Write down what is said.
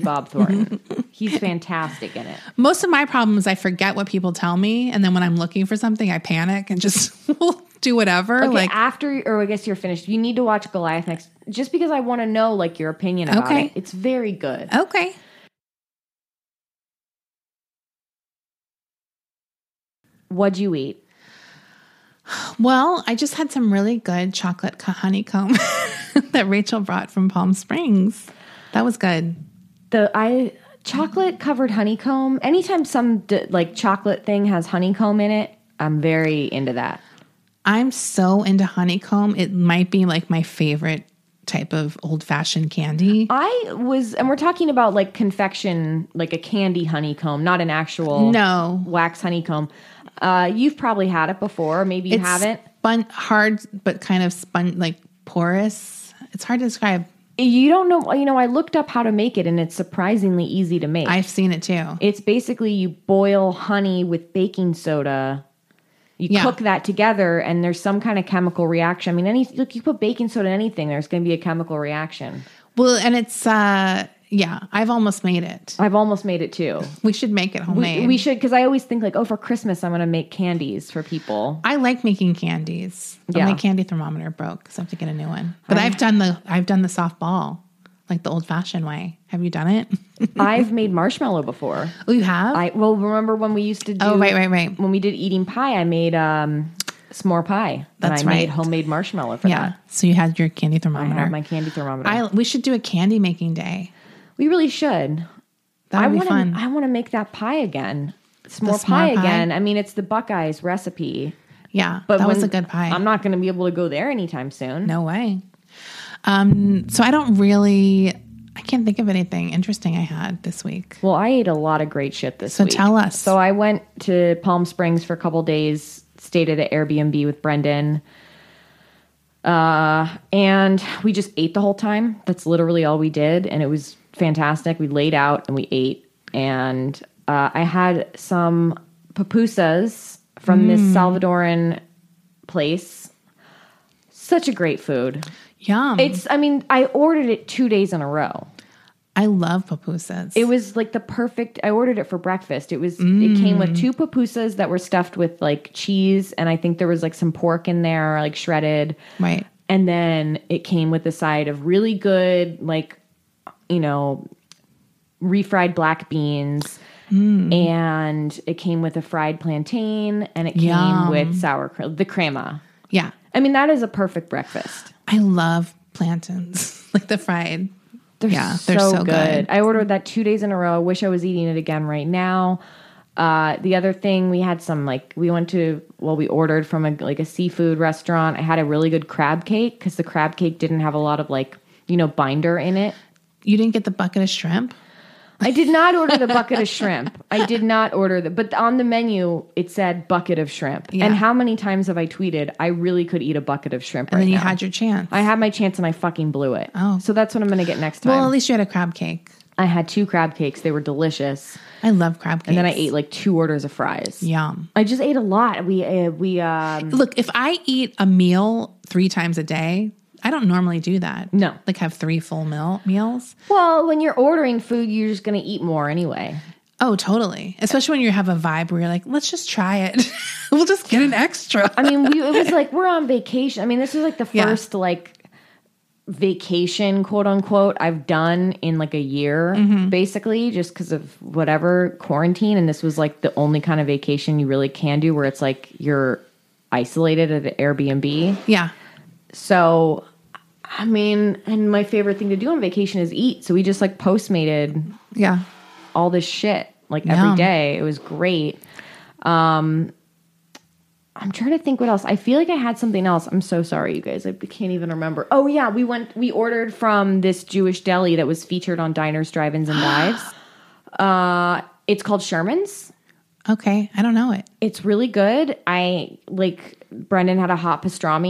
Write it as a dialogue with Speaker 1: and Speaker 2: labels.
Speaker 1: Bob Thornton. He's fantastic in it.
Speaker 2: Most of my problem is I forget what people tell me, and then when I'm looking for something, I panic and just will do whatever.
Speaker 1: Okay,
Speaker 2: like
Speaker 1: after, or I guess you're finished. You need to watch Goliath next, just because I want to know like your opinion about
Speaker 2: Okay. Oh.
Speaker 1: it. It's very good.
Speaker 2: okay,
Speaker 1: What'd you eat?
Speaker 2: well, I just had some really good chocolate co- honeycomb that Rachel brought from Palm Springs. That was good.
Speaker 1: The I chocolate covered honeycomb. Anytime some d- like chocolate thing has honeycomb in it, I'm very into that.
Speaker 2: I'm so into honeycomb. It might be like my favorite type of old fashioned candy.
Speaker 1: I was, and we're talking about like confection, like a candy honeycomb, not an actual
Speaker 2: No.
Speaker 1: wax honeycomb. Uh, you've probably had it before, maybe you
Speaker 2: It's
Speaker 1: haven't.
Speaker 2: Spun hard, but kind of spun like porous. It's hard to describe.
Speaker 1: You don't know. You know, I looked up how to make it, and it's surprisingly easy to make.
Speaker 2: I've seen it too.
Speaker 1: it's basically you boil honey with baking soda. You
Speaker 2: Yeah.
Speaker 1: cook that together, and there's some kind of chemical reaction. I mean, any look, you put baking soda in anything, there's going to be a chemical reaction.
Speaker 2: Well, and it's uh yeah, I've almost made it.
Speaker 1: I've almost made it too.
Speaker 2: We should make it homemade.
Speaker 1: We, we should, because I always think like, oh, for Christmas, I'm going to make candies for people.
Speaker 2: I like making candies. But
Speaker 1: Yeah.
Speaker 2: My candy thermometer broke, so I have to get a new one. But I, have done the I've done the soft ball, like the old fashioned way. Have you done it?
Speaker 1: I've made marshmallow before.
Speaker 2: oh, you have?
Speaker 1: I well remember when we used to do
Speaker 2: oh, right, right, right.
Speaker 1: when we did eating pie. I made um, s'more pie.
Speaker 2: That's
Speaker 1: and I made
Speaker 2: right.
Speaker 1: homemade marshmallow for
Speaker 2: Yeah. So you had your candy
Speaker 1: that. I
Speaker 2: thermometer.
Speaker 1: have my candy thermometer.
Speaker 2: I we should do a candy making day.
Speaker 1: we really should.
Speaker 2: That
Speaker 1: I
Speaker 2: would be
Speaker 1: want
Speaker 2: fun.
Speaker 1: to. I want to make that pie again. S'more
Speaker 2: s'more
Speaker 1: pie,
Speaker 2: pie?
Speaker 1: again. I mean, it's the Buckeyes recipe.
Speaker 2: yeah.
Speaker 1: But
Speaker 2: that was
Speaker 1: when-
Speaker 2: a good pie.
Speaker 1: I'm not going to be able to go there anytime soon.
Speaker 2: no way. Um so I don't really I can't think of anything interesting I had this week.
Speaker 1: Well, I ate a lot of great shit this
Speaker 2: So
Speaker 1: week.
Speaker 2: tell us.
Speaker 1: So I went to Palm Springs for a couple days, stayed at an Airbnb with Brendan. Uh, and we just ate the whole time. That's literally all we did. And it was fantastic. We laid out and we ate. And uh, I had some pupusas from this Salvadoran place. Such a great food.
Speaker 2: Yum.
Speaker 1: It's, I mean, I ordered it two days in a row.
Speaker 2: I love pupusas.
Speaker 1: It was like the perfect. I ordered it for breakfast. It was. It came with two pupusas that were stuffed with like cheese, and I think there was like some pork in there, like shredded.
Speaker 2: right.
Speaker 1: And then it came with a side of really good, like you know, refried black beans, and it came with a fried plantain, and it came
Speaker 2: Yum.
Speaker 1: with sour cream, the crema.
Speaker 2: Yeah.
Speaker 1: I mean, that is a perfect breakfast.
Speaker 2: I love plantains, like the fried.
Speaker 1: They're
Speaker 2: yeah, they're so, good.
Speaker 1: I ordered that two days in a row. I wish I was eating it again right now. Uh, the other thing we had some like we went to well we ordered from a like a seafood restaurant. I had a really good crab cake because the crab cake didn't have a lot of like you know binder in it.
Speaker 2: You didn't get the bucket of shrimp?
Speaker 1: I did not order the bucket of shrimp. I did not order the but on the menu it said bucket of shrimp.
Speaker 2: Yeah.
Speaker 1: And how many times have I tweeted I really could eat a bucket of shrimp
Speaker 2: And
Speaker 1: right
Speaker 2: then you
Speaker 1: now?
Speaker 2: had your chance.
Speaker 1: I had my chance and I fucking blew it.
Speaker 2: Oh.
Speaker 1: so that's what I'm gonna get next time.
Speaker 2: well, at least you had a crab cake.
Speaker 1: I had two crab cakes. They were delicious.
Speaker 2: I love crab cakes.
Speaker 1: And then I ate like two orders of fries.
Speaker 2: Yum.
Speaker 1: I just ate a lot. We uh, we um
Speaker 2: Look, if I eat a meal three times a day, I don't normally do that.
Speaker 1: No.
Speaker 2: Like have three full meal meals.
Speaker 1: well, when you're ordering food, you're just going to eat more anyway.
Speaker 2: Oh, totally. Especially when you have a vibe where you're like, let's just try it. we'll just get an extra.
Speaker 1: I mean, we, it was like we're on vacation. I mean, this is like the
Speaker 2: Yeah.
Speaker 1: first like vacation, quote unquote, I've done in like a year, basically, just because of whatever quarantine. And this was like the only kind of vacation you really can do where it's like you're isolated at an Airbnb.
Speaker 2: yeah.
Speaker 1: So, I mean, and my favorite thing to do on vacation is eat. So we just like postmated
Speaker 2: Yeah.
Speaker 1: all this shit like
Speaker 2: Yum.
Speaker 1: every day. It was great. Um, I'm trying to think what else. I feel like I had something else. I'm so sorry, you guys. I can't even remember. Oh yeah, we went. We ordered from this Jewish deli that was featured on Diners, Drive-ins, and Dives. uh, it's called Sherman's.
Speaker 2: Okay. I don't know it.
Speaker 1: It's really good. I like. Brendan had a hot pastrami